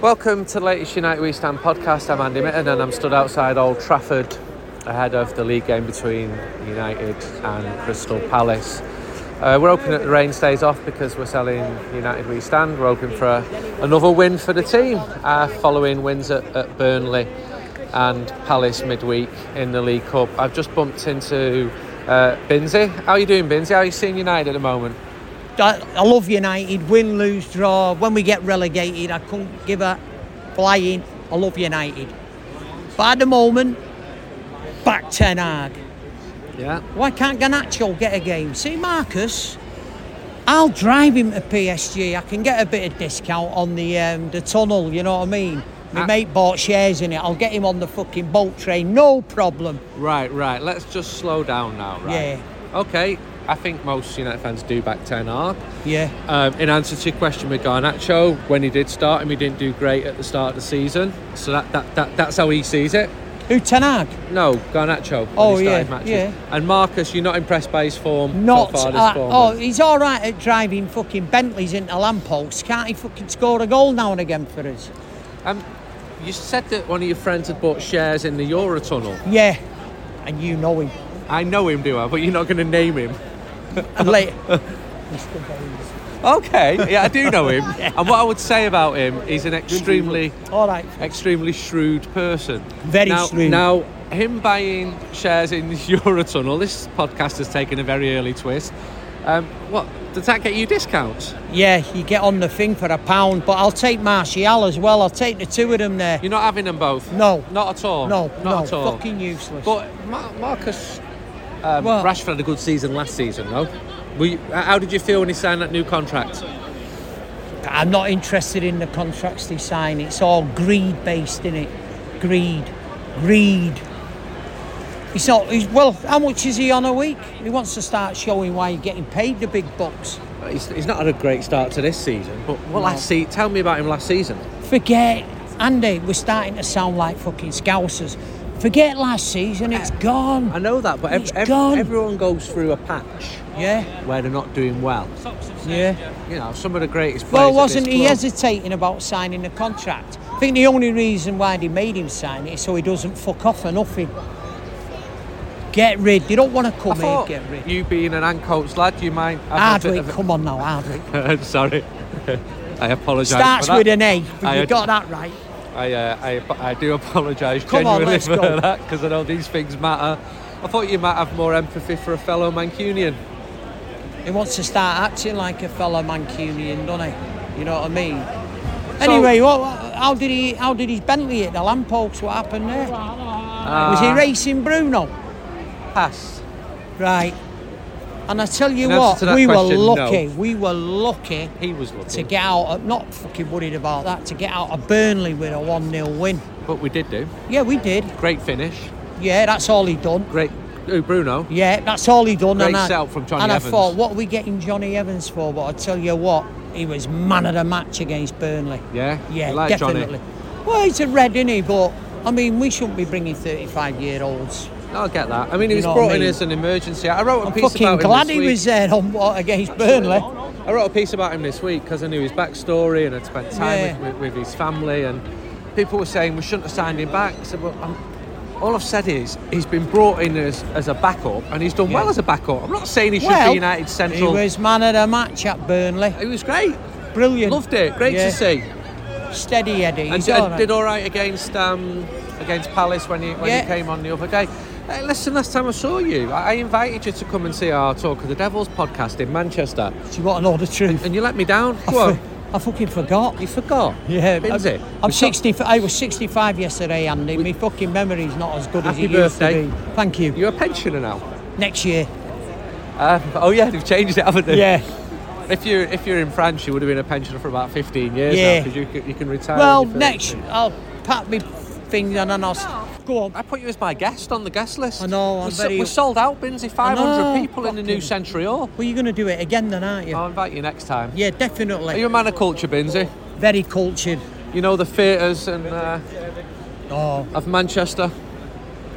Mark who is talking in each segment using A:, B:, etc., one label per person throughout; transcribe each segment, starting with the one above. A: Welcome to the latest United West Ham podcast. I'm Andy Mitten and I'm stood outside Old Trafford ahead of the league game between United and Crystal Palace. Uh, we're hoping that the rain stays off because we're selling United We Stand. We're hoping for a, another win for the team uh, following wins at, at Burnley and Palace midweek in the League Cup. I've just bumped into uh, Binzi. How are you doing, Binzi? How are you seeing United at the moment?
B: I, I love United. Win, lose, draw. When we get relegated, I couldn't give a flying. I love United. But at the moment, back Ten Hag.
A: Yeah.
B: Why can't Ganacho get a game? See, Marcus, I'll drive him to PSG. I can get a bit of discount on the um, the tunnel. You know what I mean? My
A: Ah.
B: mate bought shares in it. I'll get him on the fucking boat train. No problem.
A: Right, right. Let's just slow down now, right? Yeah. Okay. I think most United fans do back Ten Hag.
B: Yeah.
A: Um, in answer to your question with Garnacho, when he did start him, he didn't do great at the start of the season. So that, that, that that's how he sees it.
B: Who Ten Hag?
A: No, Garnacho. when
B: Oh,
A: he started
B: yeah,
A: matches.
B: yeah.
A: And Marcus, you're not impressed by his form
B: Not.
A: so far this
B: uh, oh,
A: form.
B: he's all right at driving fucking Bentleys into lampposts. Can't he fucking score a goal now and again for us?
A: Um, you said that one of your friends had bought shares in the Eurotunnel.
B: Yeah, and you know him.
A: I know him, do I? But you're not going to name him.
B: And late.
A: Okay. Yeah, I do know him. And what I would say about him, he's an extremely
B: All right.
A: extremely shrewd person.
B: Very
A: now,
B: shrewd.
A: Now, him buying shares in Eurotunnel, this podcast has taken a very early twist. Um, what does that get you discounts?
B: Yeah, you get on the thing for a pound, but I'll take Martial as well. I'll take the two of them there.
A: You're not having them both.
B: No.
A: not at all.
B: No,
A: not
B: no,
A: at all.
B: fucking useless.
A: But Mar- Marcus um,
B: What?
A: Rashford had a good season last season, though. Were you, h- how did you feel when he signed that new contract?
B: I'm not interested in the contracts they sign. It's all greed based in it. Greed, greed. He's not. He's well. How much is he on a week? He wants to start showing why you're getting paid the big bucks.
A: He's, he's not had a great start to this season, but what
B: No.
A: last se- Tell me about him last season.
B: Forget, Andy. We're starting to sound like fucking scousers. Forget last season. It's gone.
A: Eh, I know that, but ev-
B: He's
A: ev-
B: gone.
A: everyone goes through a patch
B: Yeah,
A: where they're not doing well.
B: yeah.
A: you know, some of the greatest players.
B: Well,
A: at
B: wasn't
A: this
B: he
A: club.
B: hesitating about signing the contract? I think the only reason why they made him sign it is so he doesn't fuck off or nothing. Get rid. They don't want to
A: I
B: come here.
A: thought
B: Get rid.
A: you being an Ancoats lad, you might. Have a bit
B: Hardwick, come on now, Hardwick.
A: of a- I'm sorry. I apologise.
B: Starts
A: for that.
B: with an A.
A: I
B: You
A: had-
B: got that right.
A: I, uh, I, ap- I do apologise
B: Come on,
A: genuinely
B: let's
A: for
B: go.
A: that because I know these things matter. I thought you might have more empathy for a fellow Mancunian.
B: He wants to start acting like a fellow Mancunian, doesn't he? You know what I mean?
A: So-
B: anyway, what, how did he? How did his Bentley hit the lamppost? What happened there? Was he
A: Ah,
B: racing Bruno?
A: Pass.
B: Right. And I tell you
A: In answer
B: what,
A: to that
B: we were
A: question, no.
B: lucky. We were lucky
A: He was lucky,
B: to get out. Of, not fucking worried about that. To get out of Burnley with a one 0 win.
A: but we did do.
B: Yeah, we did.
A: Great finish.
B: Yeah, that's all he done.
A: Great. Ooh, Bruno.
B: Yeah, that's all he done.
A: Great
B: and I,
A: sell from Johnny
B: And I
A: Evans.
B: thought, what are we getting Johnny Evans for? But I tell you what, he was man of the match against Burnley.
A: Yeah?
B: Yeah,
A: You like Johnny?
B: definitely. Well, he's a red, isn't he? But I mean, we shouldn't be bringing thirty-five-year-olds.
A: I'll get that. I mean, he
B: You
A: was
B: know what I
A: brought in
B: mean?
A: as an emergency. I wrote a
B: I'm
A: piece about
B: fucking
A: him
B: glad
A: this
B: he
A: week.
B: was there on what against Burnley.
A: I wrote a piece about him this week because I knew his backstory and I'd spent time
B: Yeah.
A: with, with, with his family and people were saying we shouldn't have signed him back. I said, well, I'm, all I've said is he's been brought in as, as a backup and he's done
B: Yeah.
A: well as a backup. I'm not saying he should
B: well,
A: be United Central.
B: He was man of the match at Burnley.
A: He was great.
B: Brilliant.
A: Loved it. Great
B: Yeah.
A: to see.
B: Steady Eddie.
A: And
B: He's
A: did, uh,
B: all right.
A: did all right against um, against Palace when he when
B: Yeah.
A: he came on the other day. Hey, listen, last time I saw you, I, I invited you to come and see our Talk of the Devils podcast in Manchester,
B: Do you want to know the truth?
A: and you let me down.
B: I,
A: Go on.
B: fu- I fucking forgot.
A: You forgot.
B: Yeah,
A: Bins
B: I'm,
A: it.
B: I'm
A: We shot-
B: 60. I was 65 yesterday, Andy. My fucking memory's not as good
A: Happy
B: as it
A: birthday.
B: used to be. Thank you.
A: You're a pensioner now.
B: Next year.
A: Um, oh yeah, they've changed it, haven't they?
B: Yeah.
A: If you're if you're in France, you would have been a pensioner for about 15 years
B: Yeah.
A: now because you can, you can retire.
B: Well,
A: when you're
B: next
A: 30.
B: I'll pat me things and then I'll s- go on.
A: I put you as my guest on the guest list.
B: I know,
A: We
B: I'm
A: so-
B: very-
A: we sold out, Binsey. 500
B: know,
A: people in the new
B: fucking-
A: Century Hall.
B: Well, you're going to do it again then, aren't you?
A: oh. I'll invite you next time.
B: yeah,
A: Are
B: definitely.
A: you a man of culture, Binsey?
B: Very cultured.
A: You know the theatres and uh,
B: Oh,
A: of Manchester.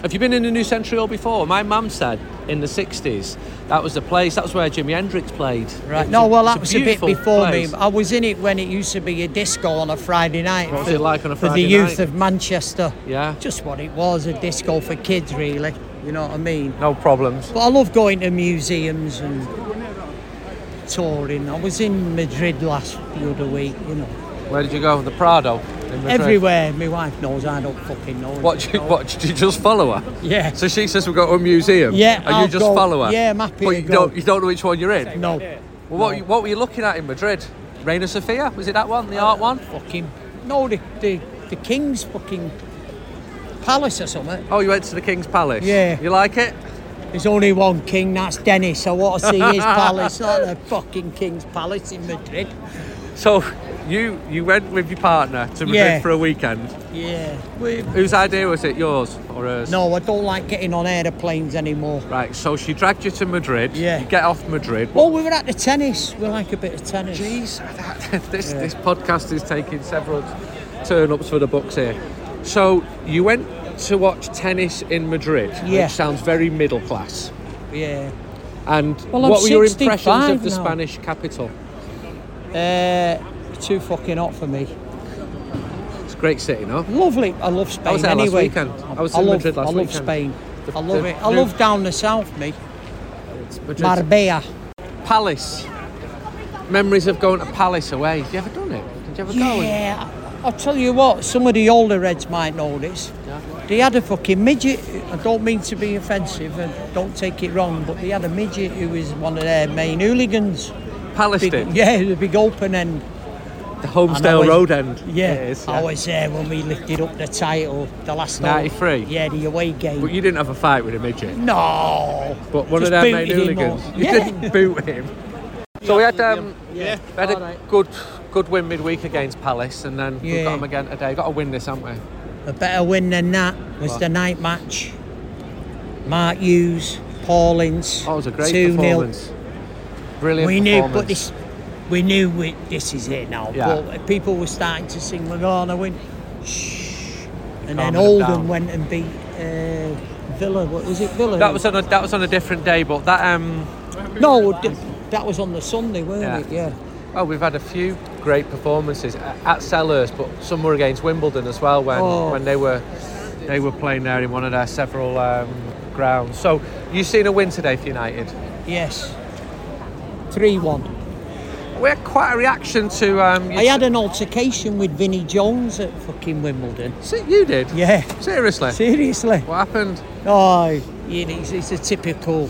A: Have you been in the New Century Hall before? My mum said in the 60s that was the place, that was where Jimi Hendrix played.
B: Right.
A: It's
B: No, well,
A: it's
B: that was a bit
A: beautiful
B: before
A: place.
B: me. I was in it when it used to be a disco on a Friday night.
A: What was it like on a
B: for
A: Friday
B: the
A: night?
B: youth of Manchester.
A: Yeah.
B: Just what it was, a disco for kids, really. You know what I mean?
A: No problems.
B: But I love going to museums and touring. I was in Madrid last the other week, you know.
A: Where did you go? The Prado? In Madrid?
B: Everywhere. My wife knows, I don't fucking know.
A: What, did you, what, did you just follow her?
B: Yeah.
A: So she says we go to a museum.
B: Yeah,
A: And
B: I'll
A: you just
B: go.
A: follow her.
B: Yeah, I'm happy
A: But
B: to
A: you
B: go.
A: don't, you don't know which one you're in.
B: no.
A: Well, what, what were you looking at in Madrid? Reina Sofia? Was it that one? The art one?
B: Fucking. No, the, the, the king's fucking palace or something.
A: Oh, you went to the King's Palace.
B: Yeah.
A: You like it?
B: There's only one king, that's Dennis. I want to see his palace, not the fucking king's palace in Madrid.
A: So you you went with your partner to Madrid
B: Yeah.
A: for a weekend.
B: Yeah.
A: Whose idea was it? Yours or hers?
B: No, Oh, I don't like getting on aeroplanes anymore.
A: Right. So she dragged you to Madrid.
B: Yeah.
A: You get off Madrid.
B: Well, we were at the tennis. We like a bit of tennis.
A: Jeez, that, this this podcast is taking several turn ups for the books here. So you went to watch tennis in Madrid,
B: Yeah.
A: which sounds very middle class.
B: Yeah.
A: And
B: Well, I'm
A: what were your impressions
B: 65
A: of the
B: now.
A: Spanish capital?
B: Uh, too fucking hot for me.
A: It's a great city, no?
B: Lovely. I love Spain
A: was there last
B: anyway.
A: weekend. I was in
B: love,
A: Madrid last
B: I love
A: weekend.
B: Spain.
A: The-
B: I love
A: the
B: it. I
A: new-
B: love down the south, me.
A: It's Madrid's
B: Marbella.
A: Palace. Memories of going to Palace away. Have you ever done it? Did you ever go? and-
B: Yeah, I- I'll tell you what, some of the older Reds might know this. They had a fucking midget. I don't mean to be offensive and don't take it wrong, but they had a midget who was one of their main hooligans.
A: Palace
B: Big,
A: did.
B: yeah, the big open end.
A: The
B: And I
A: Homesdale
B: was-
A: Road end.
B: Yeah,
A: It is,
B: I was there when we lifted up the title, the last over-
A: 93?
B: Yeah, the away game.
A: But you didn't have a fight with a midget.
B: no.
A: But one
B: Just
A: of their main
B: booted him
A: hooligans.
B: off.
A: You
B: Yeah.
A: didn't boot him. So we had um,
B: Yeah.
A: we had a
B: Alright.
A: good good win midweek against Palace, and then we've
B: Yeah.
A: got them again today. We've got to win this, haven't we?
B: A better win than that was the night match. Mark Hughes, Paul Ince.
A: That Oh, was a great
B: 2-0.
A: performance. Brilliant
B: we knew,
A: performance.
B: but this, we knew we, this is it now.
A: Yeah.
B: But people were starting to sing "We're Gonna Win," shh,
A: Calming
B: and then
A: them down.
B: Oldham went and beat uh, Villa. What was it, Villa?
A: that was on a that was on a different day, but that um,
B: no, d- that was on the Sunday, weren't
A: Yeah.
B: it? Yeah.
A: oh, we've had a few great performances a- at Sellers, but some were against Wimbledon as well when
B: Oh.
A: when they were they were playing there in one of their several um, grounds. So you've seen a win today for United.
B: Yes. Three-one.
A: We had quite a reaction to. Um,
B: I had an altercation with Vinnie Jones at fucking Wimbledon.
A: See, you did.
B: Yeah.
A: Seriously.
B: Seriously.
A: What happened?
B: Oh, yeah, he's, he's a typical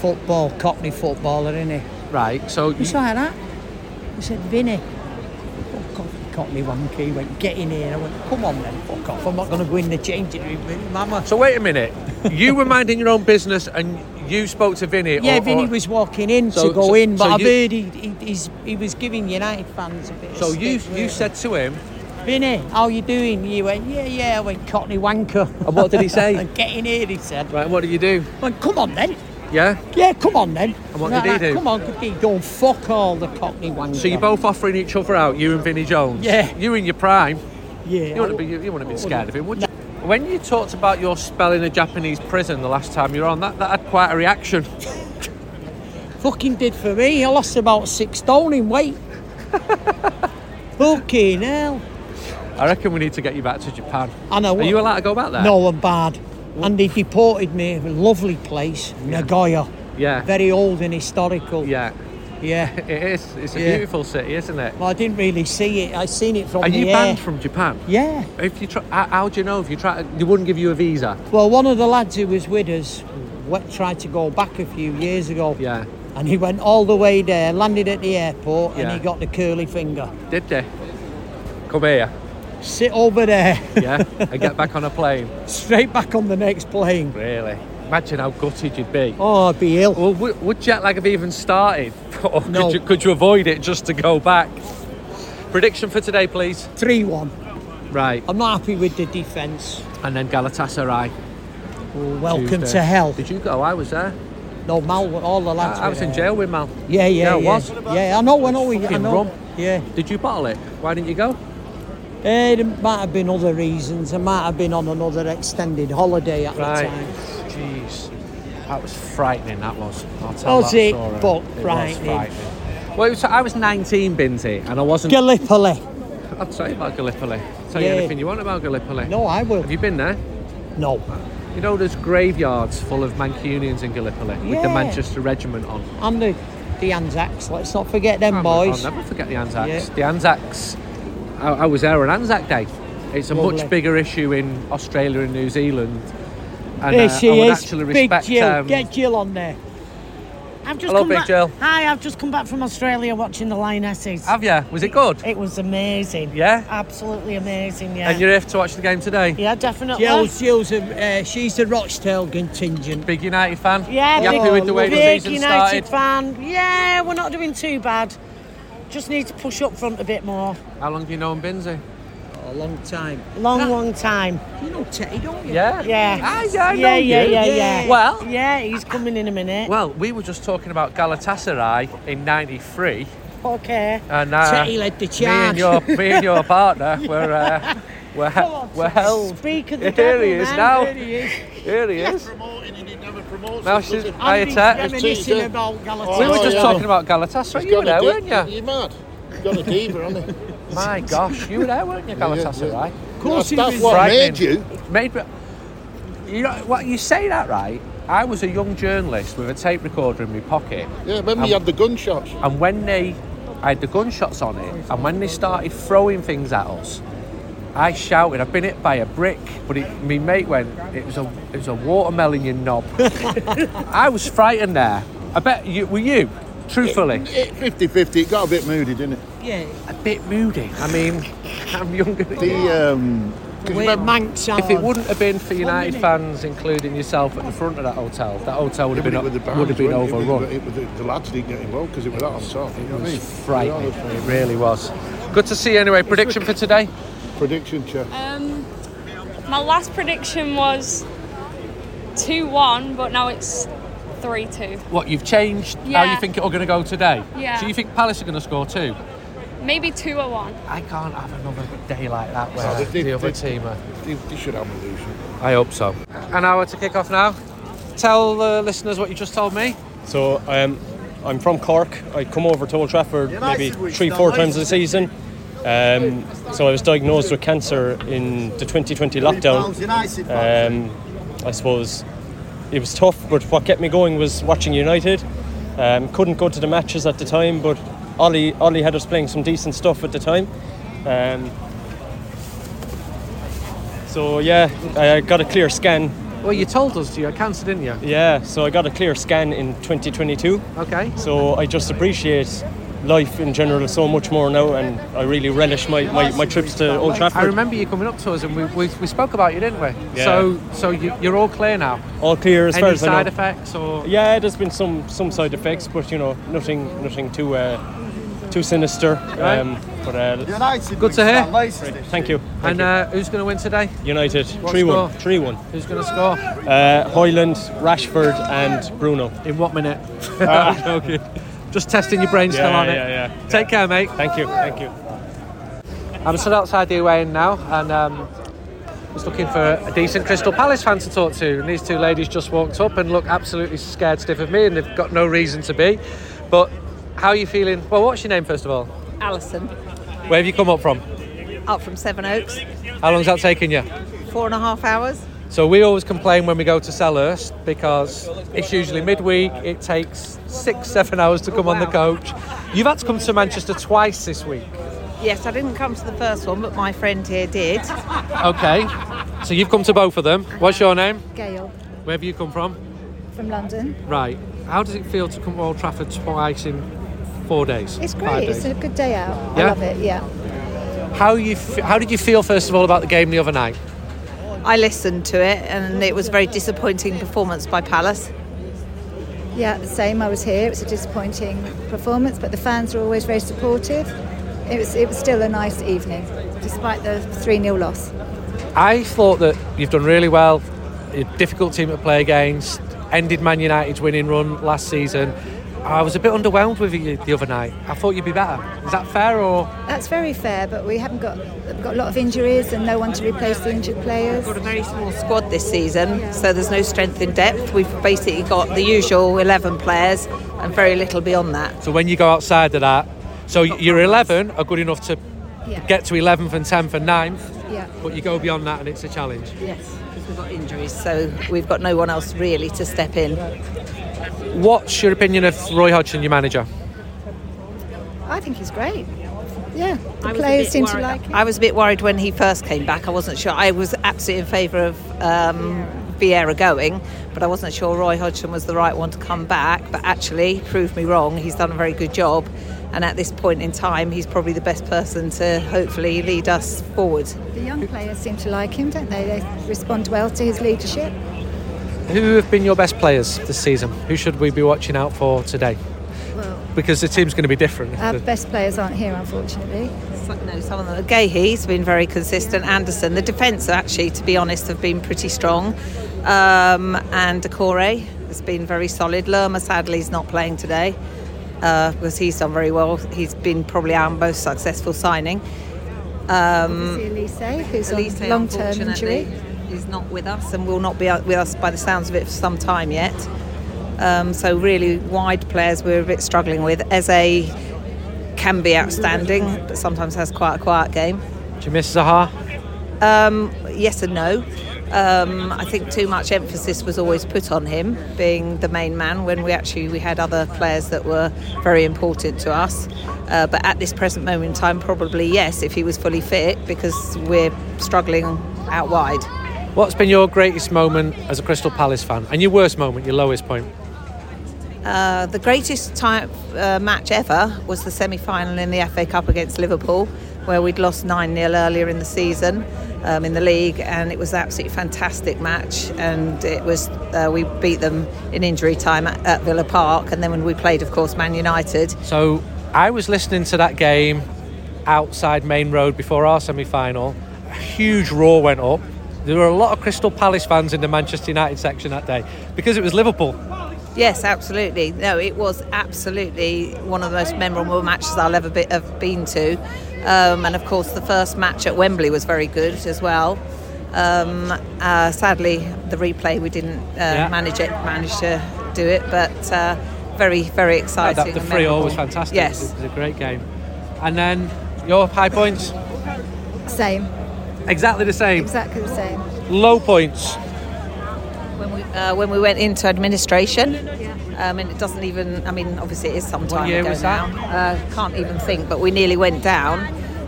B: football, Cockney footballer, isn't he?
A: Right. So you,
B: It's like that. He said, Vinny, fuck off, you cockney wanky. He went, get in here. I went, come on then, fuck off. I'm not going to go in the changing room with your mama.
A: so wait a minute. You were minding your own business, and you spoke to Vinny.
B: yeah,
A: or-
B: Vinny
A: or-
B: was walking in
A: So-
B: to go
A: so-
B: in, but
A: so
B: I've
A: you-
B: heard he, he, he's, he was giving United fans a bit
A: So
B: of
A: you
B: stick,
A: you
B: weren't
A: said to him.
B: he? Vinny, how you doing? He went, yeah, yeah. I went, cockney wanker.
A: And what did he say?
B: and get in here, he said.
A: Right. What do you do?
B: I went, come on then.
A: Yeah.
B: Yeah, come on then. And
A: what did he do?
B: Come on, good kid, don't fuck all the cockney wanker.
A: So you're both offering each other out, you and Vinny Jones.
B: Yeah.
A: You in your prime.
B: Yeah.
A: You wouldn't be you, you wouldn't have been scared of him, would you? When you talked about your spell in a Japanese prison the last time you were on, that, that had quite a reaction.
B: fucking did for me. I lost about six stone in weight. fucking hell.
A: I reckon we need to get you back to Japan.
B: I know.
A: Are you allowed to go back there?
B: No, I'm bad. And they deported me. A lovely place, Nagoya.
A: Yeah.
B: Very old and historical.
A: Yeah.
B: Yeah.
A: It is. It's a
B: Yeah.
A: beautiful city, isn't it?
B: Well, I didn't really see it. I seen it from
A: Are
B: the
A: you
B: air.
A: banned from Japan?
B: Yeah.
A: If you try, how, how do you know if you try? They wouldn't give you a visa.
B: Well, one of the lads who was with us went, tried to go back a few years ago.
A: Yeah.
B: And he went all the way there, landed at the airport, and
A: Yeah.
B: he got the curly finger.
A: Did they? Come here.
B: Sit over there,
A: Yeah. and get back on a plane.
B: straight back on the next plane.
A: Really? Imagine how gutted you'd be.
B: Oh, I'd be ill.
A: Well, would, would jet lag have even started? Or
B: No.
A: could, you, could you avoid it just to go back? Prediction for today, please.
B: 3 1.
A: Right.
B: I'm not happy with the defence.
A: And then Galatasaray.
B: welcome
A: Tuesday.
B: to hell.
A: Did you go? I was there.
B: No, Mal, were- all the lads.
A: I, I
B: were
A: was in
B: there.
A: jail with Mal.
B: Yeah, yeah,
A: Yeah,
B: yeah.
A: I was.
B: Yeah, I know, I know. I
A: Fucking
B: know.
A: rum.
B: Yeah.
A: Did you bottle it? Why didn't you go?
B: Eh, there might have been other reasons. I might have been on another extended holiday at the
A: Right.
B: time.
A: Jeez. That was frightening, that was. I'll tell
B: Was
A: that
B: it?
A: story.
B: But
A: was
B: frightening.
A: frightening. Well, it was, I was 19, Binti, and I wasn't.
B: Gallipoli.
A: I'll tell you about Gallipoli. I'll tell
B: Yeah.
A: you anything you want about Gallipoli.
B: No, I will.
A: Have you been there?
B: No.
A: You know, there's graveyards full of Mancunians in Gallipoli with the
B: Yeah.
A: Manchester Regiment on.
B: And the, the Anzacs. Let's not forget them
A: I'll-
B: boys.
A: I'll never forget the Anzacs.
B: Yeah.
A: The Anzacs, I, I was there on Anzac Day. It's a
B: Lovely.
A: much bigger issue in Australia and New Zealand. And
B: There
A: uh,
B: she
A: I would
B: is.
A: actually
B: Big
A: respect
B: Jill.
A: um,
B: Get Jill on there.
C: I've just
A: Hello,
C: come
A: Big
C: back.
A: Jill.
C: Hi, I've just come back from Australia watching the Lionesses.
A: Have you? Was it good?
C: It was amazing.
A: Yeah?
C: Absolutely amazing, yeah.
A: And you're here to watch the game today?
C: yeah, definitely.
B: Jill, Jill's a, uh, she's the Rochdale contingent.
A: Big United fan?
C: Yeah,
A: You happy
C: big,
A: with the way the
C: big
A: season
C: United
A: started?
C: fan. Yeah, we're not doing too bad. Just need to push up front a bit more.
A: How long do you know him, Binzi?
B: A long time.
A: Ah.
C: Long, long time.
B: You know Teddy, don't you?
A: Yeah?
C: Yeah.
A: Ah, yeah, I
C: yeah,
A: know
C: yeah,
A: you.
C: yeah,
B: Yeah.
C: yeah.
A: Well-
C: yeah, he's coming in a minute.
A: Well, we were just talking about Galatasaray in 93
C: okay.
A: and uh,
B: Teddy led the
A: me and
B: charge.
A: your, me and your partner were, uh, were, were held.
C: Speak of the
A: Here
C: devil,
A: he is
C: man.
A: now.
B: There he is.
A: Here he is.
D: promoting and he never promotes
A: Now
D: us,
A: she's-
D: does he?
A: Hiya,
B: Andy's
A: Ted.
B: reminiscing
D: Ted.
B: about
A: We
B: Galatasaray.
A: were
D: Oh,
A: just
D: yeah.
A: talking about Galatasaray.
D: He's
A: You
D: got
A: were there,
D: a
A: weren't
D: dick.
A: you?
D: You mad? He's got a diva, hasn't he?
A: My gosh, you were there, weren't you,
D: yeah.
A: Galatasaray?
B: Of course he
D: That's
B: was.
D: what
A: frightening.
D: made you.
A: Made me. You know what? You say that right. I was a young journalist with a tape recorder in my pocket,
D: Yeah, remember you had the gunshots.
A: and when they, I had the gunshots on it, and when they started throwing things at us, I shouted, "I've been hit by a brick!" But it, my mate went, "It was a, it was a watermelon, you knob." I was frightened there. I bet you were you, truthfully.
D: It, 50-50, it got a bit moody, didn't it?
B: Yeah.
A: a bit moody. I mean, I'm younger than you.
D: The, um... 'cause
B: We're
D: remember-
B: Manx
A: If it
B: on.
A: wouldn't have been for United fans, including yourself, at the front of that hotel, that hotel would have been
D: it was the
A: would have been
D: bands, wasn't
A: overrun.
D: It, It was the, the lads didn't get involved because it was that on top. You know what I
A: It
D: mean?
A: was frightening.
D: Yeah,
A: It really was. Good to see you anyway. Prediction for today?
D: Prediction, Chair.
E: Um, my last prediction was 2 1, but now it's 3 2.
A: What you've changed? How
E: Yeah.
A: you think it all going to go today?
E: Yeah.
A: So you think Palace are going to score two?
E: Maybe oh 2 or 1.
A: I can't have another day like that where
D: No, they did-
A: the other
D: they-
A: team are.
D: They, they should have a losing.
A: I hope so. An hour to kick off now. Tell the listeners what you just told me.
F: So um, I'm from Cork. I come over to Old Trafford maybe three, four times a season. Um, so I was diagnosed with cancer in the 2020 lockdown. Um, I suppose it was tough, but what kept me going was watching United. Um, couldn't go to the matches at the time, but Ollie, Ollie had us playing some decent stuff at the time. Um, so yeah, I got a clear scan.
A: Well, you told us you had cancer, didn't you?
F: Yeah, so I got a clear scan in 2022.
A: Okay.
F: So I just appreciate life in general so much more now, and I really relish my, my, my trips to Old
A: I
F: Trafford.
A: remember you coming up to us and we, we, we spoke about you, didn't we?
F: Yeah.
A: So so you, you're all clear now.
F: All clear as far
A: Any
F: as I
A: side
F: know.
A: effects or
F: Yeah, there's been some, some side effects, but you know nothing nothing too uh, too sinister.
A: Right.
F: Um, but uh,
A: good to hear.
F: thank you. Thank
A: and
F: you.
A: uh, who's going to win today?
F: United
A: what
F: 3 1.
A: score?
F: 3 1.
A: Who's going to score?
F: Uh, Hoyland, Rashford, and Bruno.
A: In what minute? okay. Just testing your brain still
F: Yeah,
A: on it.
F: yeah, yeah.
A: Take care, mate.
F: Thank you. Thank you.
A: I'm stood outside the away end now and um, was looking for a decent Crystal Palace fan to talk to. And these two ladies just walked up and look absolutely scared stiff of me, and they've got no reason to be. But how are you feeling? Well, what's your name first of all?
G: Alison,
A: Where have you come up from?
G: up from Seven Oaks,
A: How long's that taken you?
G: four and a half hours.
A: So we always complain when we go to Selhurst because it's usually midweek. It takes six, seven hours to come on the
G: wow.
A: coach. You've had to come to Manchester twice this week.
G: Yes, I didn't come to the first one, but my friend here did.
A: Okay. So you've come to both of them. What's your name?
H: Gail
A: Where have you come from?
H: from London.
A: Right. How does it feel to come to Old Trafford twice in four days?
H: It's
A: Five
H: great. It's
A: days?
H: a good day out.
A: Yeah?
H: I love it. Yeah.
A: How you? F- how did you feel first of all about the game the other night?
G: I listened to it, and it was a very disappointing performance by Palace.
H: Yeah. The same. I was here. It was a disappointing performance, but the fans were always very supportive. It was. It was still a nice evening, despite the three 0 loss.
A: I thought that you've done really well. You're a difficult team to play against. Ended Man United's winning run last season. I was a bit underwhelmed with you the other night. I thought you'd be better. Is that fair or?
H: That's very fair, but we haven't got we've got a lot of injuries and no one to replace the injured players.
G: Got a very small squad this season, so there's no strength in depth. We've basically got the usual 11 players and very little beyond that.
A: So when you go outside of that, so y- your 11 are good enough to
H: Yeah.
A: get to 11th and 10th and 9th,
H: Yeah.
A: but you go beyond that and it's a challenge.
G: Yes, because we've got injuries, so we've got no one else really to step in.
A: What's your opinion of Roy Hodgson, your manager?
H: I think he's great. Yeah, the
G: I was a
H: players
G: bit
H: seem to
G: worried-
H: like him.
G: I was a bit worried when he first came back. I wasn't sure. I was absolutely in favour of um, Vieira going, but I wasn't sure Roy Hodgson was the right one to come back. But actually, he proved me wrong. He's done a very good job, and at this point in time, he's probably the best person to hopefully lead us forward.
H: The young players seem to like him, don't they? They respond well to his leadership.
A: Who have been your best players this season? Who should we be watching out for today?
H: Well,
A: Because the team's going to be different.
H: our best players aren't here, unfortunately.
G: No, some of them. Gahey's been very consistent. Anderson, the defence actually, to be honest, have been pretty strong. Um, and Decore has been very solid. Lerma sadly is not playing today uh, because he's done very well. He's been probably our most successful signing.
H: See Elise, who's
G: Um, Elise,
H: on long-term
G: unfortunately,
H: injury.
G: is not with us and will not be with us by the sounds of it for some time yet. Um, so really wide players we're a bit struggling with. Eze can be outstanding, but sometimes has quite a quiet game.
A: Do you miss Zaha?
G: Um, yes and no. Um, I think too much emphasis was always put on him being the main man when we actually we had other players that were very important to us. Uh, but at this present moment in time, probably yes, if he was fully fit, because we're struggling out wide.
A: What's been your greatest moment as a Crystal Palace fan? And your worst moment, your lowest point?
G: Uh, the greatest time, uh, match ever was the semi final in the FA Cup against Liverpool, where we'd lost 9 0 earlier in the season um, in the league, and it was an absolutely fantastic match. And it was uh, we beat them in injury time at, at Villa Park, and then when we played, of course, Man United.
A: So I was listening to that game outside Main Road before our semi final. A huge roar went up. There were a lot of Crystal Palace fans in the Manchester United section that day because it was Liverpool.
G: Yes, absolutely. No, it was absolutely one of the most memorable matches I'll ever be, have been to. Um, and of course, the first match at Wembley was very good as well. Um, uh, sadly, the replay we didn't uh,
A: Yeah.
G: manage it, manage to do it, but uh, very, very
A: That-
G: exciting.
A: the
G: and
A: free all was
G: memorable.
A: fantastic.
G: Yes,
A: It was a great game. And then your high points,
H: Same,
A: exactly the same.
H: exactly the same.
A: Low points.
G: when we, uh, when we went into administration, um, and it doesn't even, I mean, obviously it is some time
A: year
G: ago
A: was
G: now.
A: that?
G: Uh, can't even think, but we nearly went down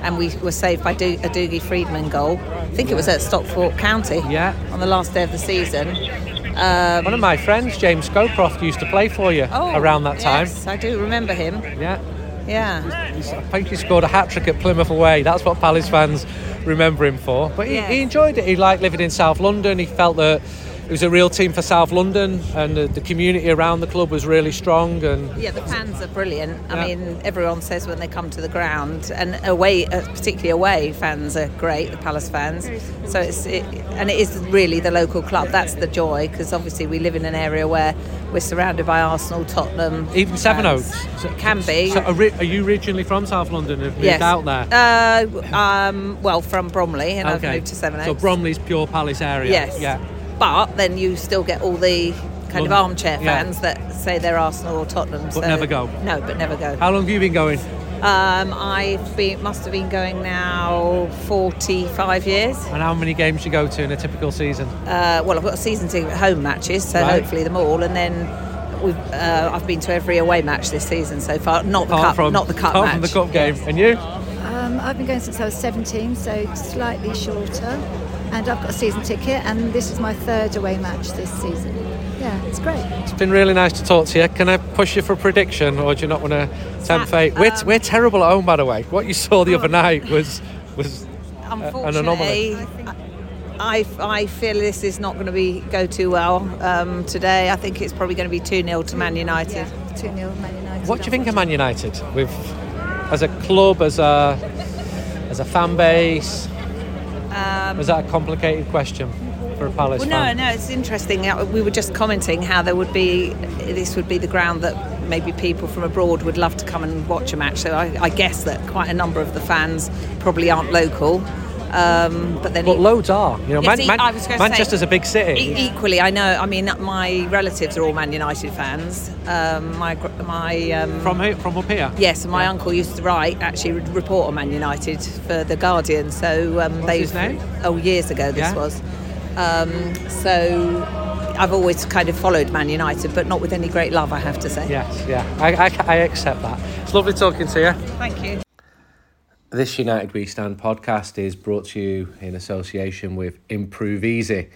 G: and we were saved by Do- a Doogie Friedman goal. I think it was at Stockport County
A: Yeah.
G: on the last day of the season. Um,
A: One of my friends, James Scowcroft, used to play for you around that time.
G: Oh, yes, I do remember him.
A: Yeah.
G: Yeah.
A: He's- I think he scored a hat trick at Plymouth away. That's what Palace fans remember him for. But he,
G: Yes.
A: he enjoyed it. He liked living in South London. He felt that it was a real team for South London, and the, the community around the club was really strong. And
G: Yeah, the fans are brilliant.
A: Yeah.
G: I mean, everyone says when they come to the ground, and away, uh, particularly away fans are great. The Palace fans, so it's it, and it is really the local club. That's the joy because obviously we live in an area where we're surrounded by Arsenal, Tottenham,
A: even Sevenoaks
G: fans. It can be.
A: So are, ri- are you originally from South London? and Have moved
G: Yes.
A: out there?
G: Uh, um, well, from Bromley, and I've moved to Sevenoaks.
A: So Bromley's pure Palace area.
G: Yes.
A: Yeah.
G: But then you still get all the kind
A: London-
G: of armchair
A: yeah.
G: fans that say they're Arsenal or Tottenham, but
A: never go.
G: No, but never go.
A: How long have you been going?
G: Um, I've been must have been going now 45 years.
A: And how many games you go to in a typical season?
G: Uh, well, I've got a season ticket at home matches, so
A: Right.
G: hopefully them all, and then we've, uh, I've been to every away match this season so far. Not the cup, not the cup
A: apart
G: match.
A: from the cup game. And you?
H: Um, I've been going since I was 17, so slightly shorter. And I've got a season ticket, and this is my third away match this season. Yeah, it's great.
A: It's been really nice to talk to you. Can I push you for a prediction, or do you not want to tempt fate? We're,
G: um, Oh.
A: we're terrible at home, by the way. What you saw the other night was was uh, an anomaly.
G: Unfortunately, I, I feel this is not going to be go too well um, today. I think it's probably going to be two 0 to Man United.
H: Yeah, 2 0 Man United.
A: What do you think of Man United with as a club, as a as a fan base?
G: Um,
A: was that a complicated question for a Palace
G: Well, no,
A: fan?
G: no, it's interesting. Uh, We were just commenting how there would be this would be the ground that maybe people from abroad would love to come and watch a match. So I, I guess that quite a number of the fans probably aren't local. Um, but then
A: But
G: e-
A: loads are. You know,
G: Yes,
A: Man-
G: e-
A: Man-
G: I was gonna say-
A: Manchester's a big city.
G: E- equally, I know. I mean, my relatives are all Man United fans. Um, my gr- my um,
A: From here, from up here.
G: yes, my uncle used to write actually re- report on Man United for the Guardian. So um,
A: What's
G: they
A: his name?
G: oh years ago this
A: Yeah.
G: was. Um, so I've always kind of followed Man United, but not with any great love, I have to say.
A: Yes, yeah. I, I, I accept that. It's lovely talking to you.
G: Thank you.
A: This United We Stand podcast is brought to you in association with Improve Easy.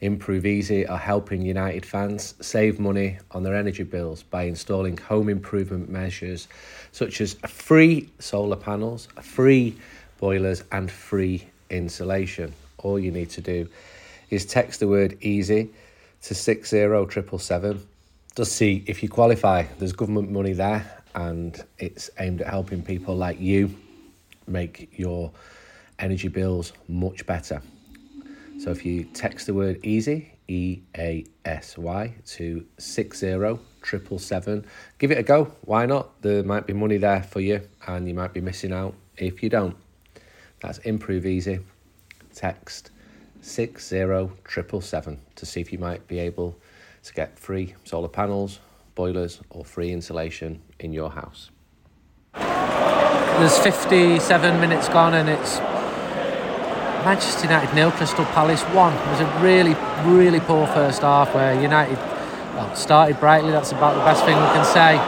A: Improve Easy are helping United fans save money on their energy bills by installing home improvement measures such as free solar panels, free boilers, and free insulation. All you need to do is text the word easy to 60777 just see if you qualify. There's government money there, and it's aimed at helping people like you make your energy bills much better. So if you text the word easy, E A S Y, to 60777, give it a go. Why not? There might be money there for you, and you might be missing out if you don't. That's Improve Easy. Text 60777 to see if you might be able to get free solar panels, boilers, or free insulation in your house. There's 57 minutes gone, and it's Manchester United nil, Crystal Palace one. It was a really, really poor first half where United well, started brightly. That's about the best thing we can say.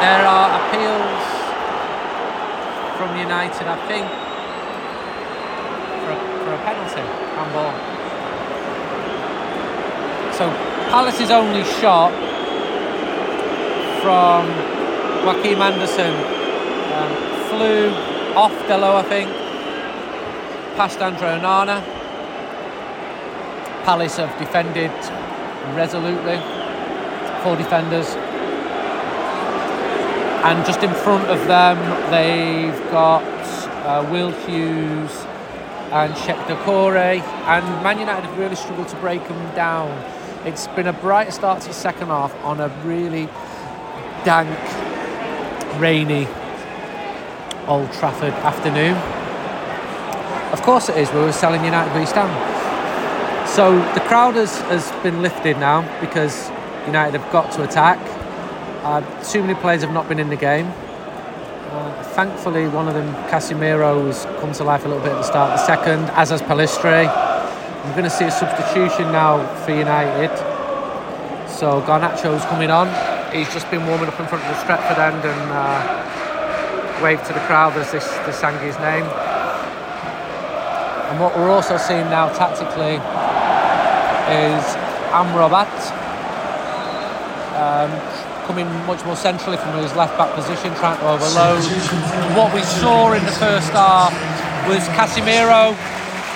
A: There are appeals from United, I think, for a, for a penalty, handball. So Palace's only shot from Joaquim Anderson um, flew off Delo, I think, past Andre Onana. Palace have defended resolutely, four defenders. And just in front of them, they've got uh, Will Hughes and Shepard Corey. And Man United have really struggled to break them down. It's been a bright start to the second half on a really dank, rainy Old Trafford afternoon. Of course it is, we were selling United We Stand. So the crowd has, has been lifted now because United have got to attack. Uh, too many players have not been in the game. Uh, thankfully, one of them, Casemiro, has come to life a little bit at the start of the second, as has Palistri. I'm going to see a substitution now for United. So Garnacho's coming on. He's just been warming up in front of the Stretford end and uh, waved to the crowd as this they sang his name. And what we're also seeing now tactically is Amrabat um, coming much more centrally from his left back position, trying to overload. What we saw in the first half was Casemiro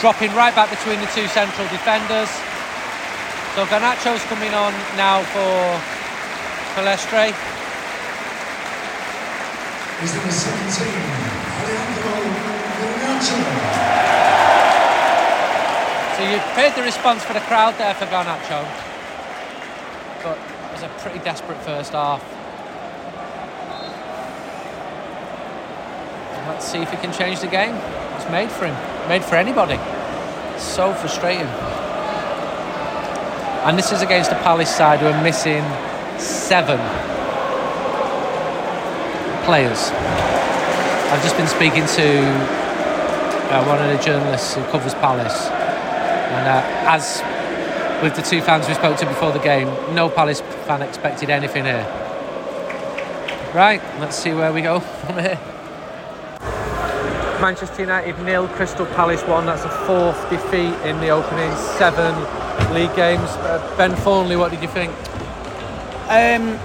A: dropping right back between the two central defenders. So Garnacho's coming on now for Palestre. So you've heard the response for the crowd there for Garnacho. But it was a pretty desperate first half. And Let's see if he can change the game. It's made for him, made for anybody. So frustrating. And this is against the Palace side who are missing seven players. I've just been speaking to uh, one of the journalists who covers Palace. And uh, as with the two fans we spoke to before the game, no Palace fan expected anything here. Right, let's see where we go from here. Manchester United nil, Crystal Palace one. That's a fourth defeat in the opening seven league games. Uh, ben Thornley, what did you think?
I: Um,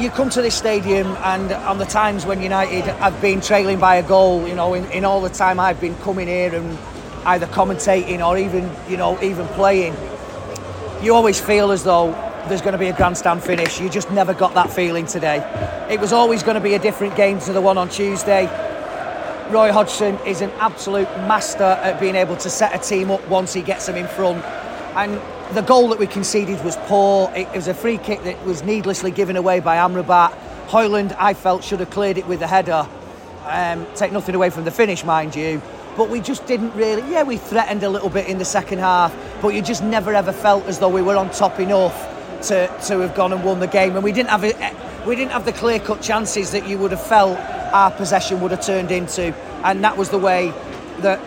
I: you come to this stadium, and on the times when United have been trailing by a goal, you know, in, in all the time I've been coming here and either commentating or even, you know, even playing, you always feel as though there's going to be a grandstand finish. You just never got that feeling today. It was always going to be a different game to the one on Tuesday. Roy Hodgson is an absolute master at being able to set a team up once he gets them in front. And the goal that we conceded was poor. It, it was a free kick that was needlessly given away by Amrabat. Hoyland, I felt, should have cleared it with the header. Um, take nothing away from the finish, mind you. But we just didn't really. Yeah, we threatened a little bit in the second half, but you just never ever felt as though we were on top enough to, to have gone and won the game. And we didn't have a, eh, we didn't have the clear cut chances that you would have felt our possession would have turned into. And that was the way that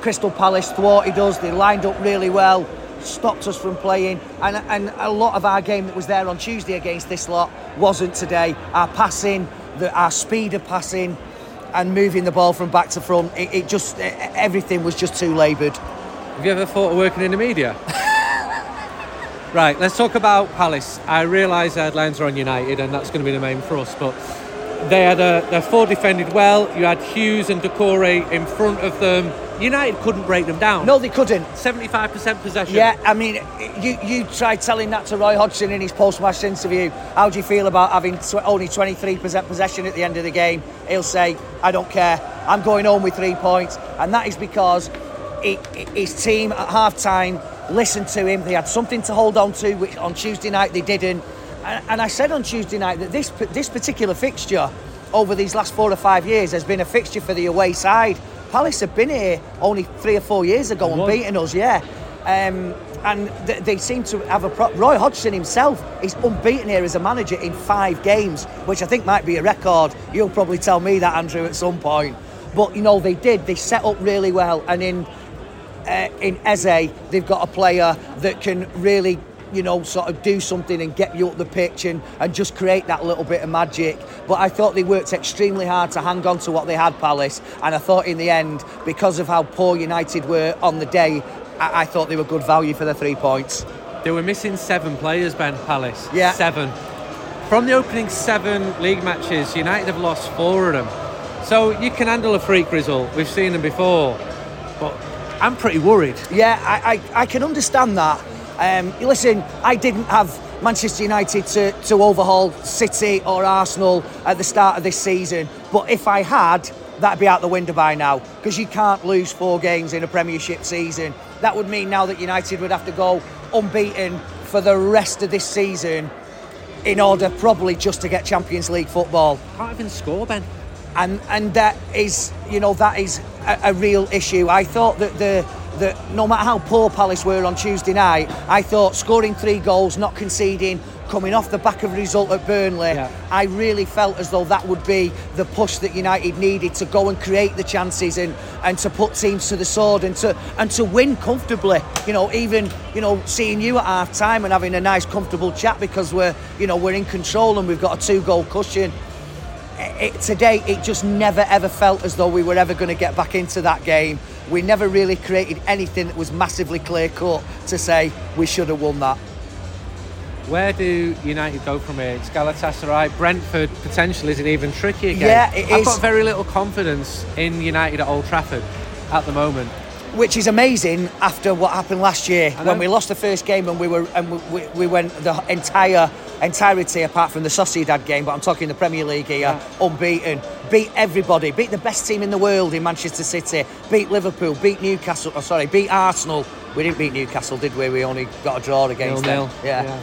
I: Crystal Palace thwarted us. They lined up really well, stopped us from playing. And, and a lot of our game that was there on Tuesday against this lot wasn't today. Our passing, the, our speed of passing, and moving the ball from back to front, it, it just e, everything was just too laboured.
A: Have you ever thought of working in the media? Right, let's talk about Palace. I realise the headlines are on United, and that's going to be the main thrust. But they had a, their four defended well. You had Hughes and Decore in front of them. United couldn't break them down.
I: No, they couldn't.
A: Seventy-five percent possession.
I: Yeah, I mean, you you tried telling that to Roy Hodgson in his post-match interview. How do you feel about having tw- only twenty-three percent possession at the end of the game? He'll say, "I don't care. I'm going home with three points," and that is because he, his team at half-time listened to him. They had something to hold on to, which on Tuesday night they didn't. And, and I said on Tuesday night that this this particular fixture over these last four or five years has been a fixture for the away side. Palace have been here only three or four years ago and beaten us, yeah. Um, and th- they seem to have a pro- Roy Hodgson himself is unbeaten here as a manager in five games, which I think might be a record. You'll probably tell me that, Andrew, at some point. But you know they did. They set up really well, and in uh, in Eze, they've got a player that can really, you know, sort of do something and get you up the pitch and, and just create that little bit of magic. But I thought they worked extremely hard to hang on to what they had, Palace. And I thought in the end, because of how poor United were on the day, I, I thought they were good value for the three points.
A: They were missing seven players, Ben Palace.
I: Yeah.
A: Seven. From the opening seven league matches, United have lost four of them. So you can handle a freak result. We've seen them before. But I'm pretty worried.
I: Yeah, I, I, I can understand that. Um, listen, I didn't have Manchester United to, to overhaul City or Arsenal at the start of this season, but if I had, that'd be out the window by now because you can't lose four games in a Premiership season. That would mean now that United would have to go unbeaten for the rest of this season in order probably just to get Champions League football.
A: Can't even score, Ben
I: and and that is you know that is a, a, real issue. I thought that the that no matter how poor Palace were on Tuesday night, I thought scoring three goals, not conceding, coming off the back of a result at Burnley, yeah. I really felt as though that would be the push that United needed to go and create the chances and and to put teams to the sword and to and to win comfortably. You know, even you know seeing you at half time and having a nice comfortable chat because we're you know we're in control and we've got a two goal cushion. It, today it just never ever felt as though we were ever going to get back into that game. We never really created anything that was massively clear cut to say we should have won that.
A: Where do United go from here? It's Galatasaray, Brentford potentially is an even trickier game.
I: Yeah, it
A: I've
I: is.
A: got very little confidence in United at Old Trafford at the moment.
I: Which is amazing after what happened last year when we lost the first game and we were and we, we went the entire entirety apart from the Sociedad game, but I'm talking the Premier League here, yeah. unbeaten. Beat everybody, beat the best team in the world in Manchester City, beat Liverpool, beat Newcastle, oh, sorry, beat Arsenal. We didn't beat Newcastle, did we? We only got a draw against
A: nil,
I: them. Yeah. yeah.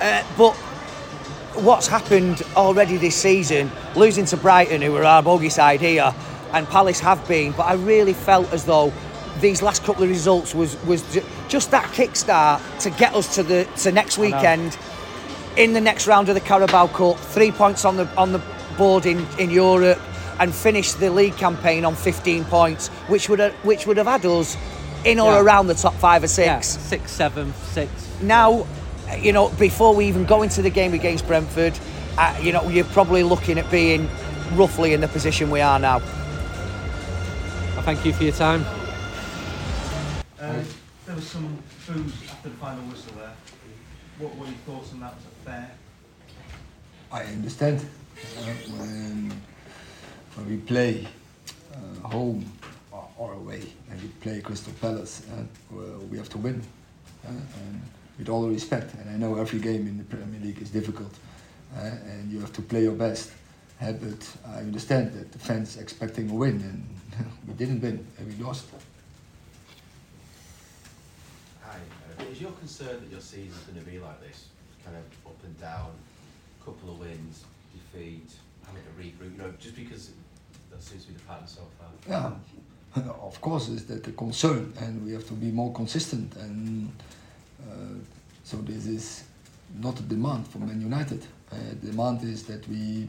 I: Uh, but what's happened already this season, losing to Brighton, who were our bogey side here, and Palace have been, but I really felt as though these last couple of results was was just that kickstart to get us to the to next weekend in the next round of the Carabao Cup, three points on the on the board in, in Europe, and finish the league campaign on 15 points, which would have, which would have had us in or yeah. around the top five or six. Yeah.
A: Six, seven, six.
I: Now, you know, before we even go into the game against Brentford, uh, you know, you're probably looking at being roughly in the position we are now.
A: Well, thank you for your time.
J: Uh, there was some booze after the final whistle there. What were your thoughts on that? Was it fair? I
K: understand. Uh, when, when we play uh, home or, or, away, and we play Crystal Palace, uh, we have to win. uh, with all respect, and I know every game in the Premier League is difficult, uh, and you have to play your best. Uh, but I understand that the fans expecting a win, and we didn't win, and we lost.
J: Hi,
L: Is your concern that your season's going to be like this, kind of up and down, couple of wins, defeat, having to regroup? You know, just because that seems to be the pattern so far.
K: Yeah, of course, is that a concern, and we have to be more consistent. And uh, so this is not a demand for Man United. Uh, demand is that we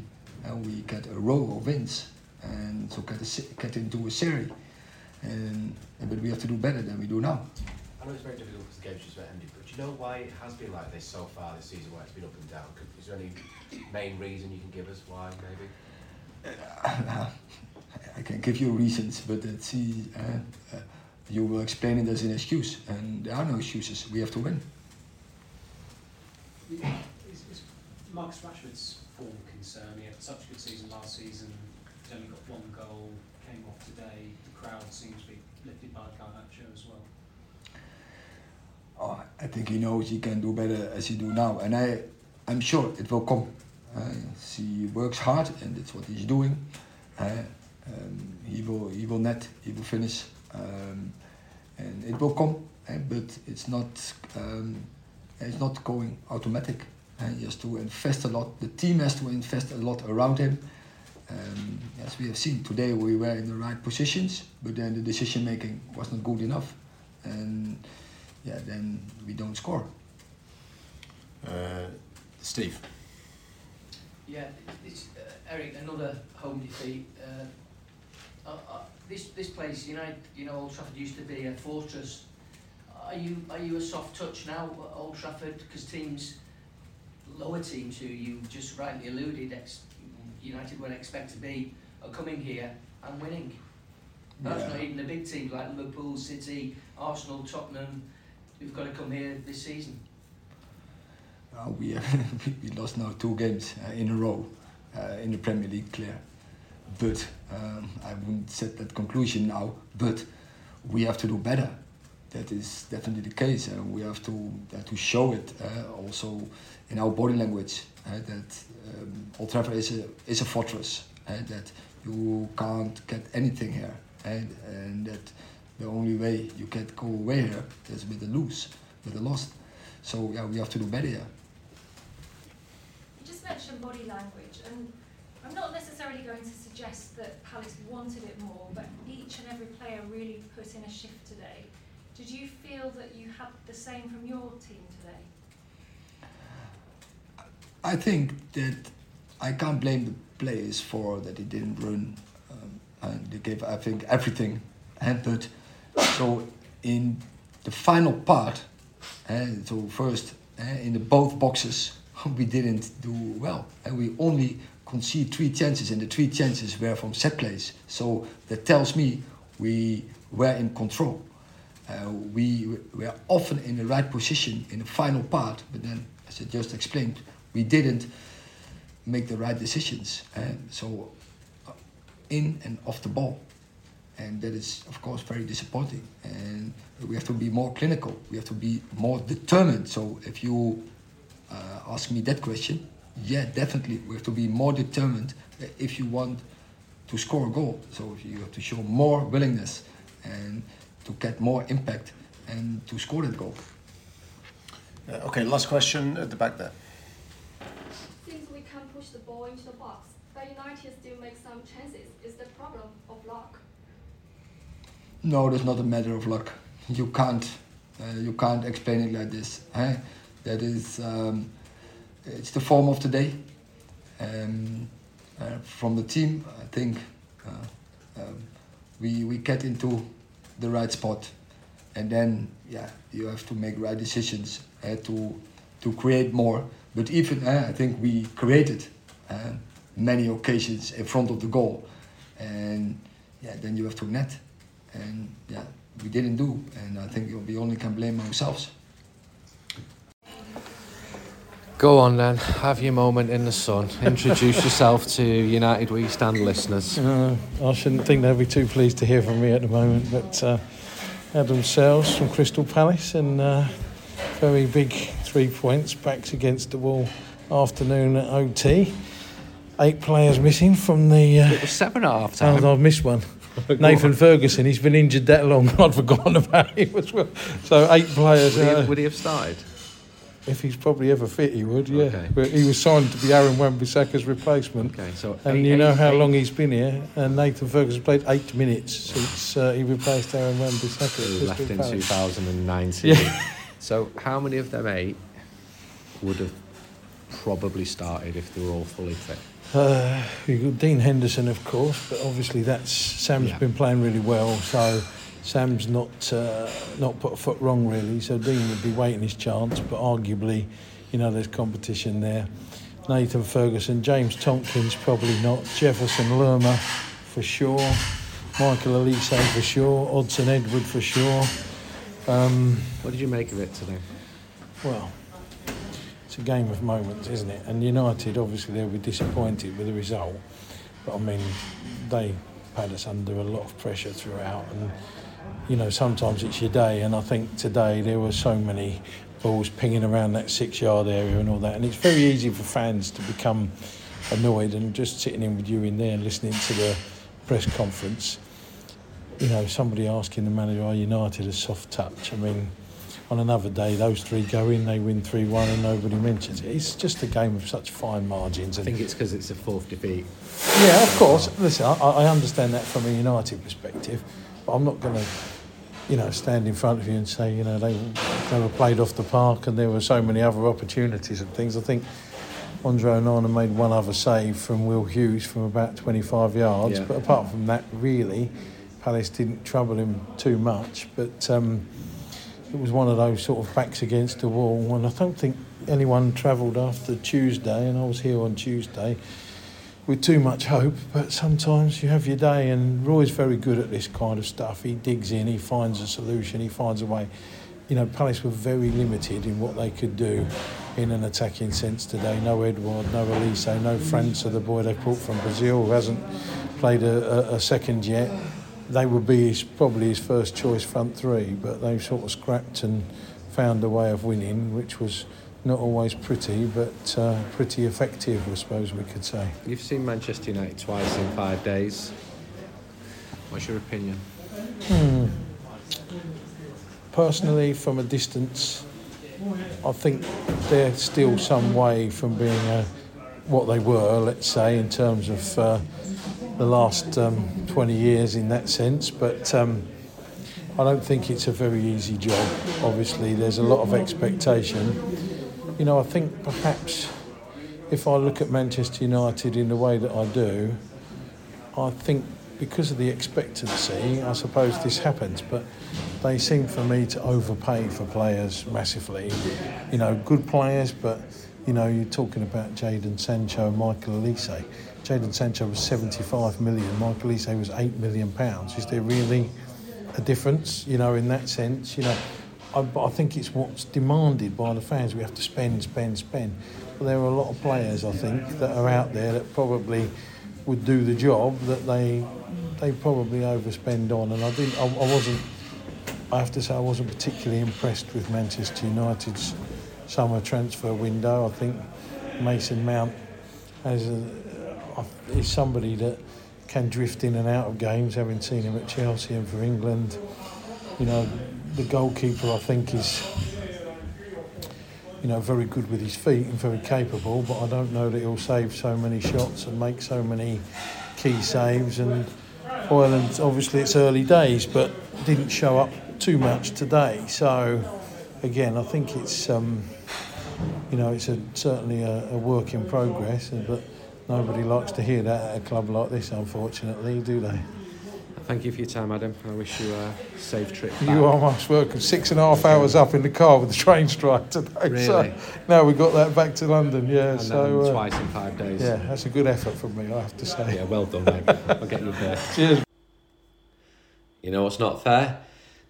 K: uh, we get a row of wins, and so get a, se- get into a series. And but we have to do better than we do now.
L: I know it's very difficult because the game's just about ended, but do you know why it has been like this so far this season, why it's been up and down? Could- Is there any main reason you can give us why, maybe?
K: I can give you reasons, but that's see, uh, uh, you were explaining there's an excuse, and there are no excuses. We have to win.
M: Is, is Marcus Rashford's form concern? He had such a good season last season. He's only got one goal. Came off today. The crowd seems to be lifted by Garnacho as well.
K: Oh, I think he knows he can do better as he do now, and I, I'm sure it will come. Uh, he works hard, and that's what he's doing. Uh, um, he will, he will net, he will finish, um, and it will come. eh, but it's not, um, it's not going automatic. And he has to invest a lot. The team has to invest a lot around him. Um, as we have seen today, we were in the right positions, but then the decision making was not good enough, and yeah, then we don't score.
N: Uh, Steve.
O: Yeah, it's, uh, Eric, another home defeat. Uh, uh, uh, this this place, you know, you know, Old Trafford used to be a fortress. Are you are you a soft touch now, at Old Trafford? Because teams, lower teams, who you just rightly alluded, ex- United would expect to be, are coming here and winning. That's
K: Yeah.
O: not even the big teams like Liverpool, City, Arsenal, Tottenham. Who've got to come here this season.
K: Uh, we, have, we lost now two games uh, in a row uh, in the Premier League, clear. But um, I wouldn't set that conclusion now. But we have to do better. That is definitely the case, and we have to uh, to show it uh, also in our body language uh, that um, Old Trafford is a is a fortress uh, that you can't get anything here, and and that the only way you can go away here is with a lose, with a loss. So yeah, we have to do better here.
P: You just mentioned body language, and I'm not necessarily going to suggest that Palace wanted it more, but each and every player really put in a shift today. Did you feel that you had the same from your team today?
K: I think that I can't blame the players for that they didn't run. Um, and they gave, I think, everything. And but so in the final part, and so first eh, in the both boxes, we didn't do well, and we only conceded three chances, and the three chances were from set plays. So that tells me we were in control. Uh, we were often in the right position in the final part, but then, as I just explained, we didn't make the right decisions. eh? so, uh, in and off the ball. And that is, of course, very disappointing. And we have to be more clinical. We have to be more determined. So, if you uh, ask me that question, yeah, definitely, we have to be more determined uh, if you want to score a goal. So, you have to show more willingness and to get more impact and to score that goal.
N: Uh, okay, last question at the back there.
Q: Since we can't push the ball into the box, but United still make some chances. Is the problem of luck?
K: No, that's not a matter of luck. You can't, uh, you can't explain it like this. eh? That is, um, it's the form of today. Um, uh, from the team, I think uh, um, we we get into the right spot, and then yeah, you have to make right decisions eh, to to create more. But even eh, I think we created eh, many occasions in front of the goal, and yeah, then you have to net and yeah, we didn't do, and I think we only can blame ourselves.
A: Go on then, have your moment in the sun. Introduce yourself to United We Stand listeners.
R: Uh, I shouldn't think they'll be too pleased to hear from me at the moment, but uh, Adam Sells from Crystal Palace and uh, very big three points, backs against the wall afternoon at OT. Eight players missing from the. Uh, it was
A: seven at half
R: time. Oh, I've missed one. Nathan Ferguson, he's been injured that long. I'd forgotten about him as well. So eight players.
S: Would he,
R: uh,
S: would he have started?
R: If he's probably ever fit, he would. Yeah, but he was signed to be Aaron Wan-Bissaka's replacement. Okay,
S: so
R: and
S: eight-
R: you know
S: eight-
R: how
S: eight-
R: long he's been here. And Nathan Ferguson played eight minutes since uh, he replaced Aaron Wan-Bissaka. at
S: Who left
R: Crystal
S: in
R: Palace.
S: 2019.
R: Yeah.
S: So how many of them eight would have probably started if they were all fully fit?
R: Uh, you've got Dean Henderson, of course, but obviously that's Sam's
S: Yeah.
R: been playing really well, so Sam's not uh, not put a foot wrong really. So Dean would be waiting his chance, but arguably, you know, there's competition there. Nathan Ferguson, James Tompkins probably not, Jefferson Lerma for sure, Michael Elise for sure, Odson Edward for sure. Um,
S: what did you make of it today?
R: Well, it's a game of moments, isn't it? And United, obviously, they'll be disappointed with the result. But I mean, they had us under a lot of pressure throughout. And, you know, sometimes it's your day. And I think today there were so many balls pinging around that six yard area and all that. And it's very easy for fans to become annoyed and just sitting in with you in there and listening to the press conference. You know, somebody asking the manager, are United a soft touch? I mean, on another day, those three go in, they win 3 1, and nobody mentions it. It's just a game of such fine margins.
S: I think it's because it's a fourth defeat.
R: Yeah, of course. Listen, I, I understand that from a United perspective, but I'm not going to, you know, stand in front of you and say, you know, they, they were played off the park and there were so many other opportunities and things. I think Andre Onana made one other save from Will Hughes from about 25 yards,
S: Yeah.
R: but apart from that, really, Palace didn't trouble him too much. But um, it was one of those sort of backs against the wall, and I don't think anyone travelled after Tuesday, and I was here on Tuesday with too much hope, but sometimes you have your day, and Roy's very good at this kind of stuff. He digs in, he finds a solution, he finds a way. You know, Palace were very limited in what they could do in an attacking sense today. No Edward, no Elise, no França, the boy they brought from Brazil, who hasn't played a, a, a second yet. They would be his, probably his first choice front three, but they sort of scrapped and found a way of winning, which was not always pretty, but uh, pretty effective, I suppose we could say.
S: You've seen Manchester United twice in five days. What's your opinion?
R: Hmm. Personally, from a distance, I think they're still some way from being uh what they were, let's say, in terms of uh, the last um, 20 years in that sense. But um, I don't think it's a very easy job. Obviously, there's a lot of expectation. You know, I think perhaps if I look at Manchester United in the way that I do, I think because of the expectancy, I suppose this happens, but they seem for me to overpay for players massively. You know, good players, but you know, you're talking about Jadon Sancho and Michael Elise. Jadon Sancho was 75 million, Michael Elise was 8 million pounds. Is there really a difference, you know, in that sense? You know, I, but I think it's what's demanded by the fans. We have to spend, spend, spend. But there are a lot of players, I think, that are out there that probably would do the job that they they probably overspend on. And I didn't, I, I wasn't, I have to say, I wasn't particularly impressed with Manchester United's summer transfer window. I think Mason Mount has a, I- is somebody that can drift in and out of games. Having seen him at Chelsea and for England, you know, the goalkeeper I think is. You know, very good with his feet and very capable, but I don't know that he'll save so many shots and make so many key saves. And Ireland, obviously, it's early days, but didn't show up too much today. So, again, I think it's um, you know it's a, certainly a, a work in progress, and- but nobody likes to hear that at a club like this, unfortunately, do they?
S: Thank you for your time, Adam. I wish you a safe trip. Back.
R: You are most welcome. Six and a half hours up in the car with the train strike today. So
S: Really?
R: now we got that back to London. Yeah.
S: And
R: so uh,
S: then twice in five days.
R: Yeah, that's a good effort from me, I have to say.
S: Yeah, well done, mate. I'll get you there.
R: Cheers.
T: You know what's not fair?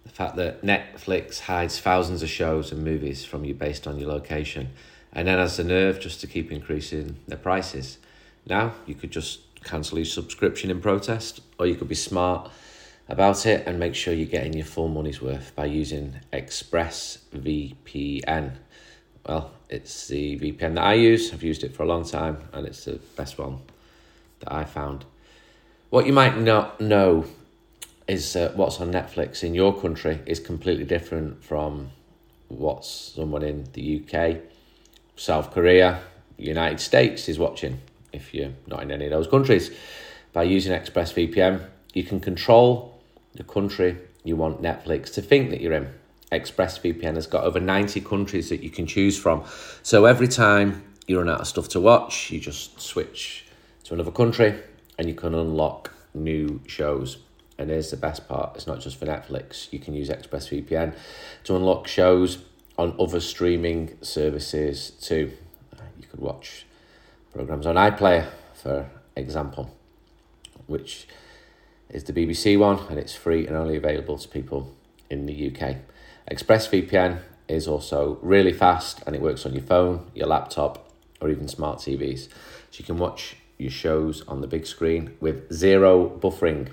T: The fact that Netflix hides thousands of shows and movies from you based on your location and then has the nerve just to keep increasing their prices. Now, you could just cancel your subscription in protest, or you could be smart about it and make sure you're getting your full money's worth by using ExpressVPN. Well, it's the VPN that I use. I've used it for a long time and it's the best one that I found. What you might not know is uh, what's on Netflix in your country is completely different from what's someone in the UK, South Korea, United States is watching if you're not in any of those countries. By using ExpressVPN, you can control the country you want Netflix to think that you're in. ExpressVPN has got over 90 countries that you can choose from. So every time you run out of stuff to watch, you just switch to another country and you can unlock new shows. And here's the best part it's not just for Netflix, you can use ExpressVPN to unlock shows on other streaming services too. You could watch programs on iPlayer, for example, which is the BBC one and it's free and only available to people in the UK. ExpressVPN is also really fast and it works on your phone, your laptop, or even smart TVs. So you can watch your shows on the big screen with zero buffering.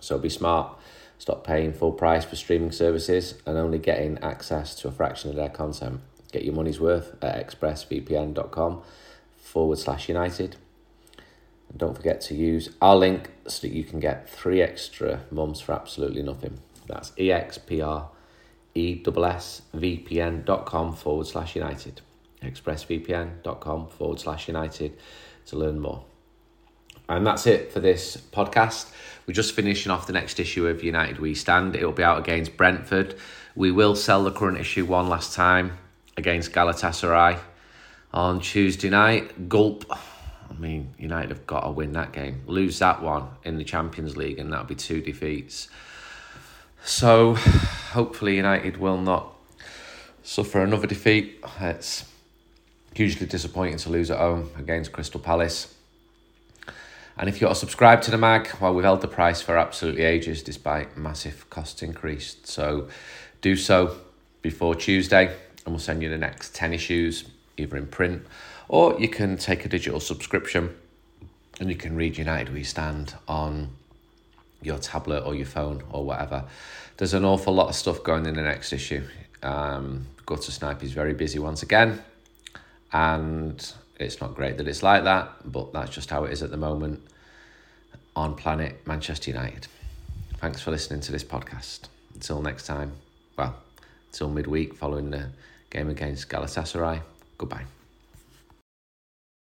T: So be smart. Stop paying full price for streaming services and only getting access to a fraction of their content. Get your money's worth at expressvpn.com forward slash united. And don't forget to use our link so that you can get three extra months for absolutely nothing. That's E expressvpn.com forward slash united. Expressvpn.com forward slash united to learn more. And that's it for this podcast. We're just finishing off the next issue of United We Stand. It'll be out against Brentford. We will sell the current issue one last time against Galatasaray on Tuesday night. Gulp. I mean, United have got to win that game. Lose that one in the Champions League, and that'll be two defeats. So, hopefully, United will not suffer another defeat. It's hugely disappointing to lose at home against Crystal Palace. And if you're subscribed to the mag, well, we've held the price for absolutely ages despite massive cost increase. So, do so before Tuesday, and we'll send you the next 10 issues either in print or you can take a digital subscription and you can read United We Stand on your tablet or your phone or whatever. There's an awful lot of stuff going in the next issue. Um, Gutter Snipe is very busy once again, and it's not great that it's like that, but that's just how it is at the moment on planet Manchester United. Thanks for listening to this podcast. Until next time, well, until midweek following the game against Galatasaray, goodbye.